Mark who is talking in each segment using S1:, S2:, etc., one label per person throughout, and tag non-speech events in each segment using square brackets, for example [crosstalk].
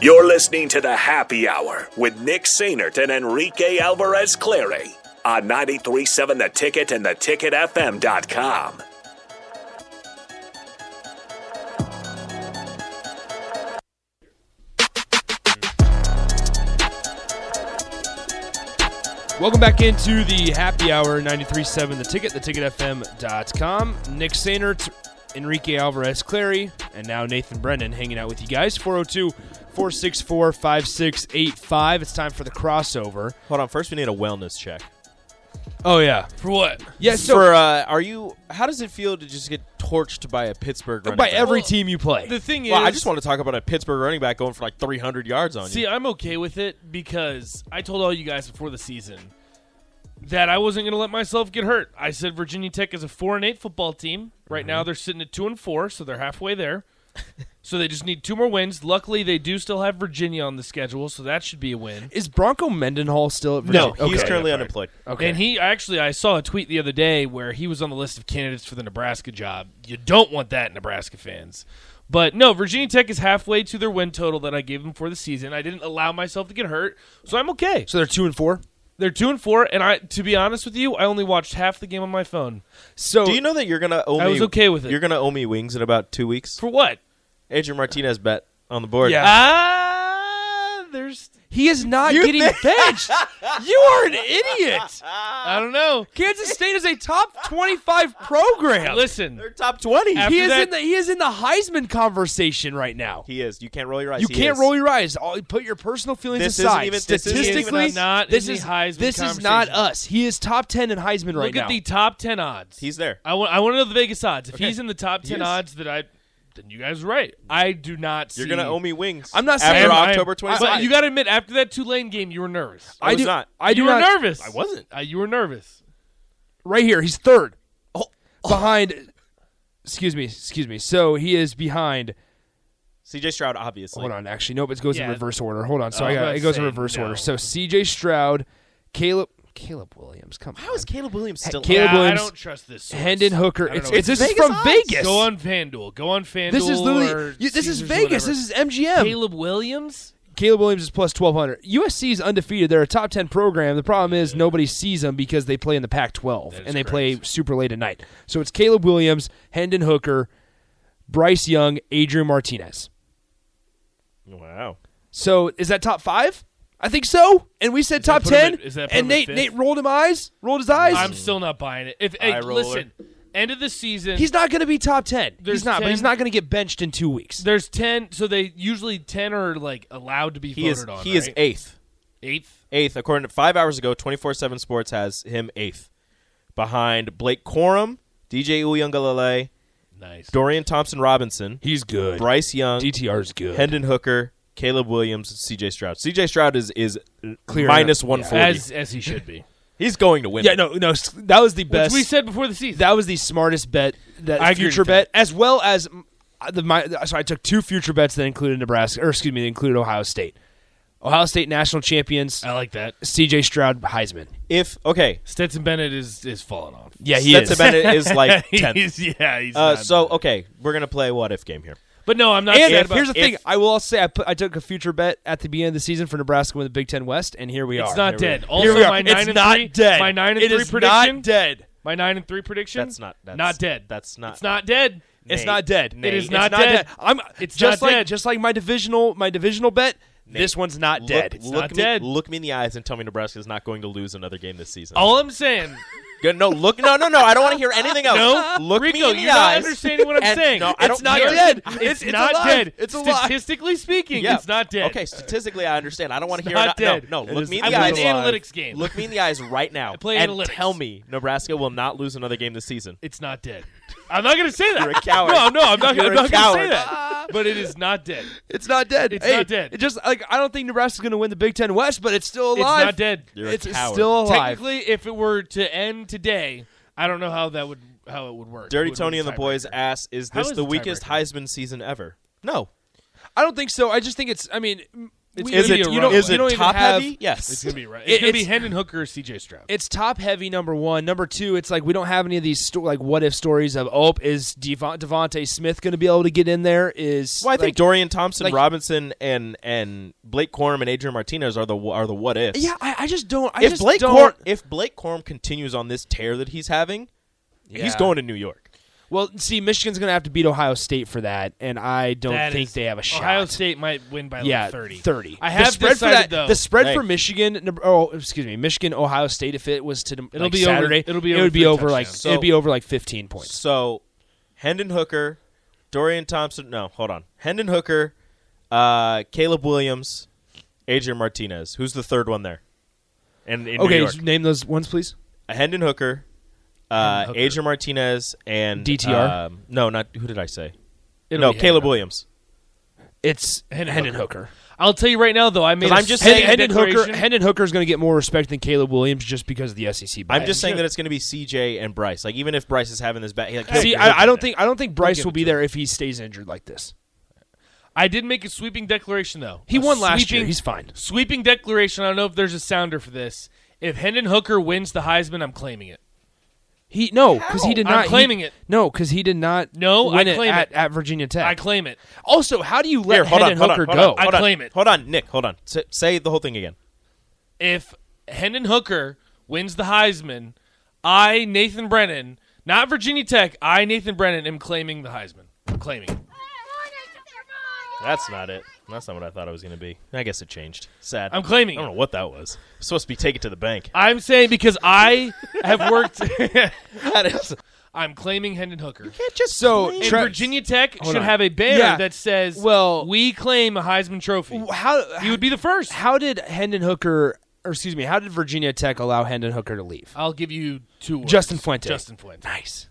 S1: You're listening to the Happy Hour with Nick Sainert and Enrique Alvarez Clary on 937 The Ticket and theticketfm.com.
S2: Welcome back into the happy hour 93.7 The Ticket, theticketfm.com. Nick Sainert, Enrique Alvarez Clary, and now Nathan Brendan hanging out with you guys. 402 464 5685. It's time for the crossover.
S3: Hold on. First, we need a wellness check.
S2: Oh, yeah.
S4: For what?
S2: Yeah, so
S3: For uh, are you? How does it feel to just get torched by a Pittsburgh running
S2: by
S3: back?
S2: every
S4: Well,
S2: team you play.
S4: The thing
S3: Well,
S4: is,
S3: I just want to talk about a Pittsburgh running back going for like 300 yards on
S4: see.
S3: you.
S4: I'm okay with it because I told all you guys before the season that I wasn't going to let myself get hurt. I said Virginia Tech is a four and eight football team. Right
S3: Mm-hmm.
S4: now, they're sitting at two and four, so they're
S3: [laughs]
S4: halfway there. so they just need two more wins. Luckily, they do still have Virginia on the schedule, so that should be a win.
S2: Is Bronco Mendenhall still at Virginia?
S3: No, he's
S2: uh, Okay. Uh,
S3: currently unemployed.
S2: Okay.
S4: And he actually, I saw a tweet the other day where he was on the list of candidates for the Nebraska job. You don't want that, Nebraska fans. But no, Virginia Tech is halfway to their win total that I gave them for the season. I didn't allow myself to get hurt, so I'm okay.
S2: So they're 2 and 4.
S4: They're two and four, and I, to be honest with you, I only watched half the game on my phone.
S2: So
S3: Do you know that you're gonna owe me?
S4: I was okay with it.
S3: You're gonna owe me wings in about two weeks.
S4: For what?
S3: Adrian Martinez bet on the board.
S2: Yeah.
S4: Ah, there's.
S2: he is not
S3: You
S2: getting
S3: [laughs] think-
S2: benched. you are an
S3: [laughs]
S2: idiot.
S4: I don't know.
S2: Kansas State is a top 25 program.
S4: Listen,
S3: they're top 20.
S4: After
S2: he is
S4: that-
S2: in the he is in the Heisman conversation right now.
S3: He is. You can't roll your eyes.
S2: You
S3: He
S2: can't
S3: is.
S2: roll your eyes. All, put your personal feelings
S3: This isn't
S2: aside.
S3: even- this isn't even
S2: Statistically,
S3: us.
S4: Not
S2: this
S4: in the
S2: is
S4: Heisman
S2: this is not
S4: conversation.
S2: us. He is top ten in Heisman right
S4: look
S2: now.
S4: at the top ten odds.
S3: He's there.
S4: I want I want to know the Vegas odds. If
S3: Okay.
S4: he's in the top
S3: He
S4: ten
S3: is.
S4: odds, that I then you guys are right. I do not.
S3: You're
S4: see-
S3: gonna owe me wings.
S2: I'm not
S3: after
S2: saying-
S4: I am-
S3: October
S4: I-
S3: 25th.
S4: But you got to admit, after that Tulane game, you were nervous.
S3: I
S2: I
S3: was
S2: do
S3: not.
S2: I do
S4: you were
S2: not
S4: nervous.
S3: I wasn't.
S4: Uh, you were nervous.
S2: right here. He's third
S4: Oh.
S2: behind. Excuse me. Excuse me. So he is behind.
S3: C.J. Stroud, obviously.
S2: Hold on. Actually, no. But it goes in
S4: Yeah.
S2: reverse order. Hold on. So I
S4: I was
S2: got,
S4: about
S2: it
S4: to
S2: goes in
S4: say,
S2: reverse
S4: no.
S2: order. So C.J. Stroud, Caleb, Caleb Williams. Come on.
S3: How is Caleb Williams still?
S2: Caleb
S4: Yeah, I
S2: Williams,
S4: don't trust this. source.
S2: Hendon Hooker.
S4: I don't
S2: It's,
S4: know
S2: it's,
S4: what
S2: this is
S3: Vegas
S2: from
S3: odds?
S2: Vegas.
S4: Go on FanDuel. Go on FanDuel.
S2: This is
S4: or
S2: literally you- this is
S4: Caesars,
S2: Vegas.
S4: whatever.
S2: This is MGM.
S4: Caleb Williams.
S2: Caleb Williams is plus 1,200. USC is undefeated. They're a top 10 program. The problem is nobody sees them because they play in the Pac 12 and they play super late at night. So it's Caleb Williams, Hendon Hooker, Bryce Young, Adrian Martinez.
S3: Wow.
S2: So is that top five? I think so. And we said top
S4: put 'em
S2: 10.
S4: at- is that put
S2: and
S4: 'em at
S2: Nate,
S4: fifth?
S2: Nate rolled him eyes, rolled his eyes.
S4: I'm still not buying it. If hey,
S3: Eye roller.
S4: listen, end of the season.
S2: he's not going to be top 10. He's
S4: There's
S2: not, but
S4: 10
S2: he's not going to get benched in two weeks.
S4: there's ten. So they usually ten are like allowed to be
S3: He
S4: voted
S3: is.
S4: on.
S3: He is
S4: right?
S3: eighth.
S4: eighth.
S3: Eighth, according to five hours ago, 24/7 Sports has him eighth, behind Blake Corum, DJ Uyunglele,
S4: Nice.
S3: Dorian Thompson Robinson,
S2: He's good.
S3: Bryce Young,
S2: DTR's good.
S3: Hendon Hooker, Caleb Williams, C.J. Stroud. C.J. Stroud is is
S2: Clear.
S3: minus
S2: Yeah.
S3: 140.
S4: as as he should be.
S3: He's going to win.
S2: yeah, no, no. s- That was the
S4: Which
S2: best.
S4: we said before the season.
S2: that was the smartest bet that
S4: I agree
S2: future
S4: with that.
S2: bet as well as mm, the my so I took two future bets that included Nebraska or excuse me that included Ohio State Ohio State national champions
S4: I like that.
S2: CJ Stroud Heisman
S3: If okay,
S4: Stetson Bennett is is falling off.
S2: yeah he
S3: Stetson
S2: is
S3: Bennett is like 10th.
S4: [laughs] He's- yeah, he's
S3: Uh,
S4: not
S3: so
S4: bad.
S3: okay, we're gonna play what if game here.
S4: but no, I'm
S2: [laughs]
S4: not.
S2: and
S4: sad
S2: if-
S4: about-
S2: here's the thing
S4: if-
S2: I will also say I, put, I took a future bet at the beginning of the season for Nebraska to win the Big Ten West and here we are
S4: It's not
S2: Here we
S4: dead.
S2: are.
S4: Also,
S2: Here we are.
S4: my
S2: it's
S4: nine and
S2: not
S4: three-
S2: dead
S4: my nine and
S2: It
S4: three
S2: is
S4: prediction?
S2: not dead
S4: My nine and three prediction.
S3: That's not- that's-
S4: not dead.
S3: that's not-
S4: It's not dead.
S2: It's not dead.
S4: It is
S2: It's
S4: not
S2: dead.
S4: dead.
S2: I'm
S4: It's
S2: just
S4: not
S2: like
S4: dead.
S2: just like my divisional my divisional bet. This one's not dead.
S3: Look,
S2: It's
S3: look
S4: not
S3: me,
S4: dead.
S3: Look me in the eyes and tell me Nebraska is not going to lose another game this season.
S4: All I'm saying.
S3: Good. No, look. No, no, no. I don't want to hear anything else.
S4: No,
S3: look
S4: Rico,
S3: me in the
S4: you're not
S3: eyes.
S4: understanding what I'm
S3: and-
S4: saying.
S3: No, I
S2: It's
S3: don't
S2: not
S3: care.
S2: dead.
S4: It's,
S2: It's- it's
S4: not
S2: alive.
S4: dead.
S2: It's alive.
S4: Statistically speaking,
S3: Yeah.
S4: it's not dead.
S3: Okay, statistically, I understand. I don't want to
S4: It's
S3: hear.
S4: not
S3: no-
S4: dead.
S3: No, no.
S2: It
S3: Look
S2: is
S3: me in
S4: I
S3: the
S4: play
S2: alive.
S4: an
S3: eyes.
S2: It's
S4: analytics game.
S3: Look me in the eyes right now.
S4: play
S3: and
S4: analytics.
S3: tell me Nebraska will not lose another game this season.
S4: It's not dead. I'm not going to say that.
S3: You're a coward.
S4: No, no, I'm not,
S3: You're
S4: I'm
S3: a
S4: not going to
S3: coward.
S4: say that. But it is
S3: [laughs]
S4: not dead.
S2: It's not dead.
S4: It's
S2: Hey,
S4: not dead.
S2: It just like I don't think Nebraska's going to win the Big Ten West, but it's still
S4: It's
S2: alive.
S4: not dead.
S3: You're a
S2: it's
S3: coward.
S2: still alive.
S4: Technically, if it were to end today, I don't know how that would how it would work.
S3: Dirty
S4: Who would
S3: Tony
S4: win
S3: and the
S4: tiebreaker?
S3: boys ass. Is
S4: How
S3: this
S4: is
S3: the
S4: the
S3: weakest
S4: tiebreaker?
S3: Heisman season ever? No.
S2: I don't think so. I just think it's. I mean, m-
S4: It's
S3: Is
S4: gonna
S3: it-
S4: be a
S3: you
S4: runaway.
S3: don't- is it
S4: You don't even
S3: top
S4: have-
S3: heavy? Yes.
S4: it's gonna
S3: [laughs]
S4: be right.
S2: It-
S4: It's gonna be
S2: it's-
S4: Hendon Hooker or C.J. Stroud.
S2: it's top heavy number one number two it's like we don't have any of these sto- like what if stories of oh is Devon- devonte smith going to be able to get in there is
S3: Well, I think
S2: like-
S3: Dorian Thompson
S2: like-
S3: Robinson and and Blake Corum and Adrian Martinez are the are the what ifs.
S2: yeah I, I just don't i
S3: if
S2: just
S3: Blake
S2: don't
S3: Corum, if Blake Corum continues on this tear that he's having, he's
S2: Yeah.
S3: going to New York.
S2: well see michigan's going to have to beat ohio state for that and i don't
S4: That
S2: think
S4: is-
S2: they have a shot
S4: Ohio State might win by like
S2: yeah,
S4: 30.
S2: 30.
S4: I have
S2: the spread
S4: decided,
S2: for that.
S4: though.
S2: The spread for
S3: Hey.
S2: Michigan. Neb- Oh, excuse me, Michigan, Ohio State. If it was to it'll
S4: be over-
S2: Saturday,
S4: it'll be
S2: it
S4: over
S2: would be
S4: three
S2: over like
S4: touchdowns.
S2: it'd be
S3: So-
S2: over like 15 points.
S3: So, Hendon Hooker, Dorian Thompson. No, hold on. Hendon Hooker, uh, Caleb Williams, Adrian Martinez. Who's the third one there? And in New
S2: Okay,
S3: York,
S2: just name those ones, please.
S3: Hendon Hooker, uh,
S4: Hendon Hooker.
S3: Adrian Martinez, and
S2: DTR?
S3: Um, no, not who did I say?
S4: It'll
S3: no,
S4: be
S3: Caleb
S4: Hendon.
S3: Williams.
S2: It's Hendon,
S4: Hooker. I'll tell you right now, though, I made.
S3: 'Cause
S4: a
S3: I'm just
S4: state
S3: saying-
S2: Hendon Hooker.
S4: declaration.
S2: Hendon Hooker is going to get more respect than Caleb Williams just because of the SEC. Bias.
S3: I'm just saying that it's going to be CJ and Bryce. Like even if Bryce is having this bad, like,
S2: See,
S3: hey,
S2: I, I don't think I don't think Bryce
S4: give
S2: will
S4: it
S2: be
S4: to
S2: there if he stays injured like this.
S4: I did make a sweeping declaration, though.
S2: He
S4: A
S2: won last year.
S4: sweeping-
S2: He's fine.
S4: Sweeping declaration. I don't know if there's a sounder for this. If Hendon Hooker wins the Heisman, I'm claiming it.
S2: He no, because he did
S4: I'm
S2: not he-
S4: claiming it.
S2: No, because he did not.
S4: No, I
S2: win it
S4: claim
S2: at,
S4: it.
S2: at Virginia Tech.
S4: I claim it.
S2: also, how do you let
S3: Here, hold on,
S2: Hendon
S3: hold on,
S2: Hooker
S3: hold
S2: go?
S3: on, hold
S4: I
S3: on.
S4: claim it.
S3: Hold on, Nick, hold on. Say, say the whole thing again.
S4: If Hendon Hooker wins the Heisman, I Nathan Brennan, not Virginia Tech. I Nathan Brennan am claiming the Heisman. I'm claiming. it.
S3: That's not it. That's not what I thought it was going to be. I guess it changed. Sad.
S4: I'm claiming
S3: I don't
S4: it.
S3: know what that was. It's supposed to be take it to the bank.
S4: I'm saying because I have
S2: [laughs]
S3: [laughs]
S4: worked. [laughs]
S3: That is,
S4: I'm claiming Hendon Hooker.
S3: just
S2: So,
S3: claim
S4: And
S2: Tre-
S4: Virginia Tech
S2: Hold
S4: should
S2: on.
S4: have a banner
S2: Yeah.
S4: that says,
S2: Well-
S4: we claim a Heisman Trophy."
S2: How
S4: he would be the first.
S2: How did Hendon Hooker, or excuse me, how did Virginia Tech allow Hendon Hooker to leave?
S4: I'll give you two. Words.
S2: Justin Fuente.
S4: Oh, Justin Fuente.
S2: Nice.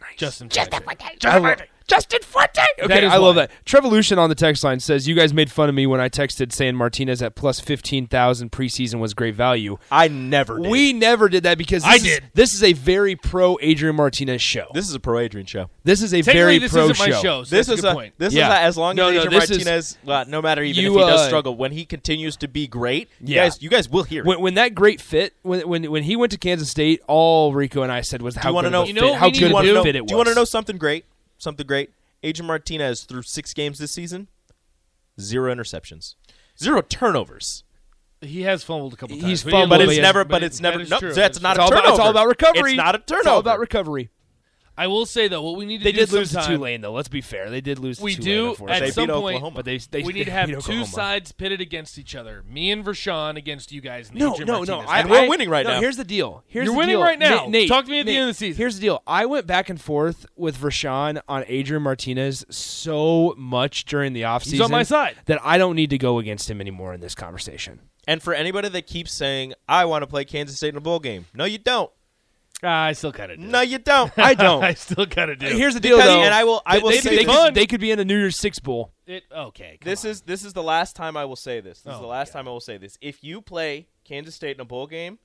S2: nice.
S4: Justin Fuente.
S2: I love- Justin Fuente. Okay,
S4: is
S2: I love
S4: why.
S2: that. Trevolution on the text line says, "You guys made fun of me when I texted saying Martinez at plus fifteen thousand preseason was great value.
S3: I never did.
S2: We never did that because this
S4: I
S2: is,
S4: did.
S2: This is a very pro Adrian Martinez show. This,
S3: [laughs] This is a pro Adrian show.
S2: is a
S4: Technically,
S2: very
S4: this
S2: pro
S4: isn't my show. So
S3: this
S4: that's
S3: is
S4: a good
S3: a,
S4: point.
S3: this
S2: Yeah.
S3: is a, as long
S2: No,
S3: as
S2: no,
S3: Adrian
S2: this is-
S3: Martinez, well, no matter even
S2: You,
S3: if he does
S2: uh,
S3: struggle, when he continues to be great, you
S2: Yeah.
S3: guys, you guys will hear. it.
S2: When, when that great fit, when, when when he went to Kansas State, all Rico and I said was how
S3: you wanna
S2: good
S3: know-
S2: of a
S3: You
S2: fit,
S4: know what
S2: how
S4: we need
S2: good
S4: to
S2: of
S4: do?
S2: a fit it was.
S3: Do you want to know something great? Something great. Adrian Martinez through six games this season, zero interceptions, zero turnovers.
S4: He has fumbled a couple
S2: He's
S4: times. he
S2: fumbled,
S3: But
S4: didn't
S2: Well,
S3: it's
S2: yeah,
S4: lose,
S3: never.
S4: but
S3: But
S4: it-
S3: it's never.
S4: that is
S3: No,
S4: true.
S3: that's not
S2: It's
S3: a
S2: all, about,
S3: turnover.
S2: it's all about recovery.
S3: It's not a turnover.
S2: It's all about recovery.
S4: I will say though, what we need to
S2: They
S4: do
S2: did lose to
S4: sometime-
S2: Tulane, though. Let's be fair. They did lose to
S4: We
S2: Tulane,
S4: do
S2: unfortunately.
S4: at
S3: They
S4: some
S3: beat
S4: point.
S3: Oklahoma.
S2: But they, they,
S4: we need
S2: they
S4: to have
S2: beat
S4: two
S2: Oklahoma.
S4: sides pitted against each other. Me and Vershawn against you guys. And
S2: No,
S4: Adrian
S2: no, no.
S4: Martinez.
S2: I,
S3: And we're
S2: I-
S3: winning right
S2: no,
S3: now.
S2: Here's the deal. Here's
S4: You're
S2: the
S4: winning
S2: deal.
S4: right now.
S2: Na- Nate,
S4: Talk to me at the
S2: Nate,
S4: end of the season.
S2: Here's the deal. I went back and forth with Rashawn on Adrian Martinez so much during the offseason.
S4: He's on my side.
S2: That I don't need to go against him anymore in this conversation.
S3: And for anybody that keeps saying, "I want to play Kansas State in a bowl game," no, you don't.
S4: Ah, I still kind of do.
S3: No, you don't. [laughs] I don't.
S4: I still kind of do.
S2: Here's the deal,
S3: Because-
S2: though.
S3: and I will- I
S2: They-
S3: will
S2: they,
S3: say
S2: could- they,
S3: this.
S2: could, they could be in a New Year's Six Bowl.
S4: it, okay. come
S3: This
S4: on.
S3: is this is the last time I will say this. This is
S4: Oh,
S3: the last time I will say this. If you play Kansas State in a bowl game,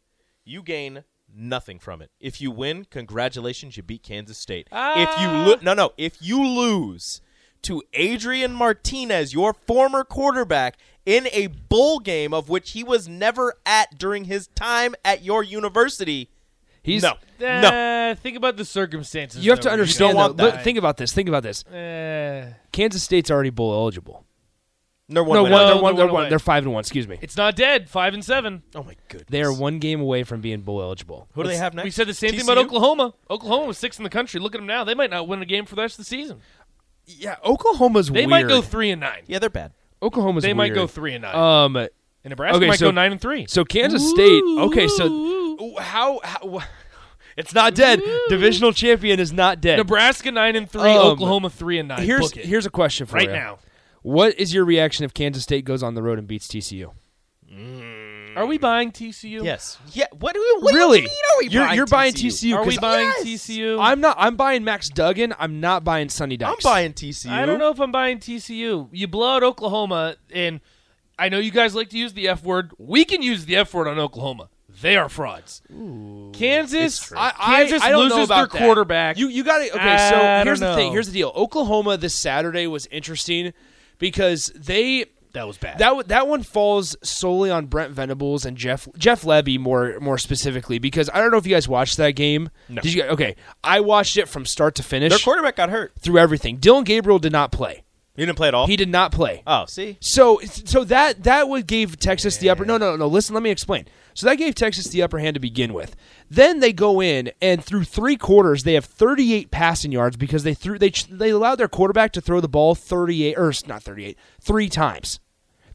S3: you gain nothing from it. If you win, congratulations, you beat Kansas State. If
S4: Ah.
S3: you lo- no no, if you lose to Adrian Martinez, your former quarterback in a bowl game of which he was never at during his time at your university,
S2: He's
S3: no. No.
S4: Uh, think about the circumstances.
S2: You have to
S4: though.
S2: understand.
S3: don't want
S2: though, look-
S3: that.
S2: think about this. Think about this.
S4: Uh,
S2: Kansas State's already bowl eligible.
S3: No one
S2: No,
S3: went
S2: one,
S3: out.
S2: they're one,
S4: they're
S2: they're
S4: one
S2: one,
S4: away.
S2: they're five and one. Excuse me.
S4: it's not dead. Five and seven.
S3: Oh my goodness.
S2: They are one game away from being bowl eligible.
S3: Who do they have next?
S4: We said the same thing
S3: TCU?
S4: about Oklahoma. Oklahoma was sixth in the country. Look at them now. They might not win a game for the rest of the season.
S2: Yeah, Oklahoma's
S4: They
S2: weird.
S4: might go three and nine.
S3: Yeah, they're bad.
S2: Oklahoma's
S4: they might
S2: weird.
S4: go three and nine.
S2: Um,
S4: and Nebraska
S2: okay,
S4: might
S2: so-
S4: go nine and three.
S2: so Kansas State. Okay, so how, how it's not dead. Divisional champion is not dead.
S4: Nebraska nine and three.
S2: Um,
S4: Oklahoma three and nine.
S2: here's
S4: Book it.
S2: here's a question for
S4: right
S2: you.
S4: now.
S2: What is your reaction if Kansas State goes on the road and beats TCU?
S4: Are we buying TCU?
S3: Yes. Yeah. What do we? What
S2: really?
S3: Do you mean Oh, are we
S2: are
S3: buying
S2: you're buying
S3: TCU?
S2: TCU.
S4: Are we
S2: 'cause
S4: buying
S3: Yes.
S4: TCU?
S2: I'm not. I'm buying Max Duggan. I'm not buying Sonny Dykes.
S3: I'm buying TCU.
S4: I don't know if I'm buying TCU. You blow out Oklahoma, and I know you guys like to use the F word. We can use the F word on Oklahoma. They are frauds. Kansas,
S2: I, I,
S4: Kansas
S2: I don't know
S4: loses
S2: about
S4: their
S2: that.
S4: quarterback.
S2: You you got to okay.
S4: I
S2: So
S4: don't
S2: here's the thing.
S4: know.
S2: Here's the deal. Oklahoma this Saturday was interesting because they
S4: That was bad.
S2: That that one falls solely on Brent Venables and Jeff Jeff Levy more more specifically because I don't know if you guys watched that game.
S3: No.
S2: Did you? guys- Okay, I watched it from start to finish
S3: Their quarterback got hurt.
S2: through everything. Dylan Gabriel did not play.
S3: He didn't play at all.
S2: He did not play.
S3: oh, see,
S2: So so that that would gave Texas the upper. No, no, no. Listen, let me explain. So that gave Texas the upper hand to begin with. Then they go in and through three quarters they have 38 passing yards because they threw they they allowed their quarterback to throw the ball 38 or s- not 38 three times.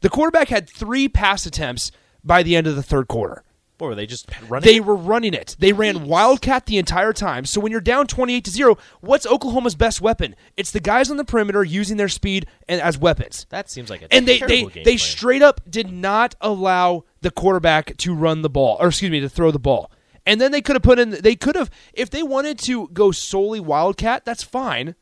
S2: The quarterback had three pass attempts by the end of the third quarter.
S3: what were they just running?
S2: They were running it. They ran wildcat the entire time. So when you're down 28 to 0, what's Oklahoma's best weapon? It's the guys on the perimeter using their speed and as weapons
S3: that seems like a
S2: and they they,
S3: terrible game
S2: they
S3: plan.
S2: straight up did not allow the quarterback to run the ball or excuse me to throw the ball and then they could have put in they could have if they wanted to go solely wildcat that's fine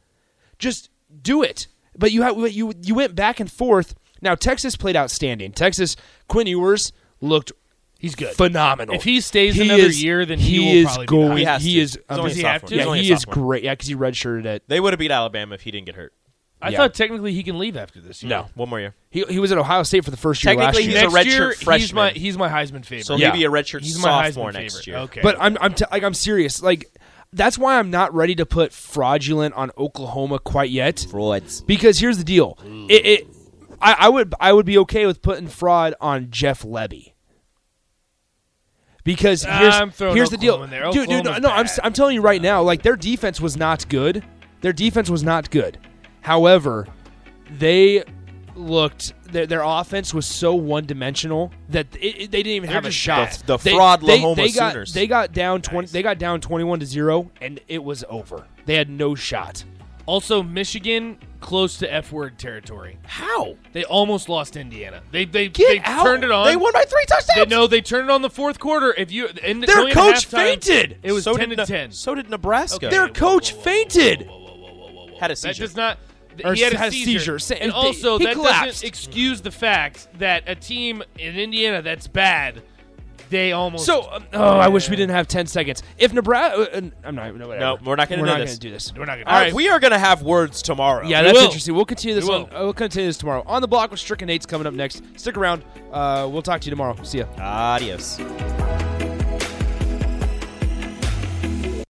S2: just do it but you had you you went back and forth now texas played outstanding texas quinn ewers looked
S4: He's good.
S2: phenomenal
S4: If he stays another year, then he will
S2: is
S4: probably be
S2: going
S4: back.
S3: He has
S2: he
S3: to.
S2: is
S3: He's only
S4: a
S2: amazing.
S4: sophomore. He's
S2: yeah
S3: only a
S2: he is
S3: sophomore.
S2: great yeah because he redshirted it
S3: They would have beat Alabama if he didn't get hurt.
S4: I
S2: Yeah.
S4: thought technically he can leave after this year.
S2: no
S3: One more year.
S2: he, he was at ohio state for the first year last
S3: Technically,
S2: year
S3: He's a
S4: Next
S3: redshirt
S4: year, He's
S3: freshman.
S4: my he's my Heisman favorite.
S3: So
S2: Yeah.
S3: he'll be a redshirt
S4: he's my
S3: sophomore
S4: Heisman
S3: next
S4: favorite.
S3: year.
S4: Okay,
S2: But I'm I'm t- like I'm serious. Like that's why I'm not ready to put fraudulent on Oklahoma quite yet.
S5: Frauds.
S2: Because here's the deal. It, it I, I would I would be okay with putting fraud on Jeff Levy. Because here's
S4: I'm throwing
S2: here's the deal,
S4: Oklahoma in there.
S2: dude. Dude, no,
S4: Oklahoma's
S2: no, I'm s-
S4: bad.
S2: I'm telling you right now, like their defense was not good. Their defense was not good. However, they looked their, their offense was so one dimensional that it, it- they didn't even have a
S4: just
S2: shot.
S3: the- the
S2: they,
S3: fraud
S2: they,
S3: Lahoma
S2: they got,
S3: Sooners.
S2: They got down twenty. They got down twenty-one to zero, and it was over. They had no shot.
S4: also Michigan close to F word territory.
S2: How?
S4: They almost lost Indiana. They they,
S2: Get
S4: they
S2: out.
S4: turned it on.
S3: They won by three
S4: They,
S3: touchdowns.
S4: no, they turned it on the fourth quarter. If you and
S2: Their
S4: going into
S2: coach
S4: halftime,
S2: fainted.
S4: It was
S3: so
S4: ten
S3: did
S4: to
S3: Ne-
S4: ten.
S3: So did Nebraska.
S4: Okay.
S2: Their
S4: Whoa, whoa,
S2: coach
S4: whoa, whoa,
S2: fainted.
S3: Had a
S4: That
S3: seizure.
S4: does not.
S2: Or
S4: he had
S2: had
S4: a
S2: a
S4: seizure,
S2: seizure. Sa-
S4: and
S2: he-
S4: also
S2: he
S4: that
S2: collapsed.
S4: doesn't excuse the fact that a team in Indiana that's bad, they almost
S2: So, um, oh, I wish we didn't have ten seconds. If Nebraska, uh, I'm not. No, whatever.
S3: No, we're not gonna
S2: We're
S3: do
S2: not
S3: this.
S2: gonna do this.
S4: we're not gonna.
S3: All right, we are gonna have words tomorrow.
S2: Yeah,
S4: We
S2: that's
S4: will.
S2: interesting. We'll continue this.
S4: We
S2: on, uh, we'll continue this tomorrow on the block with Stricken Nate's coming up next. Stick around. Uh, we'll talk to you tomorrow. See ya.
S3: Adios.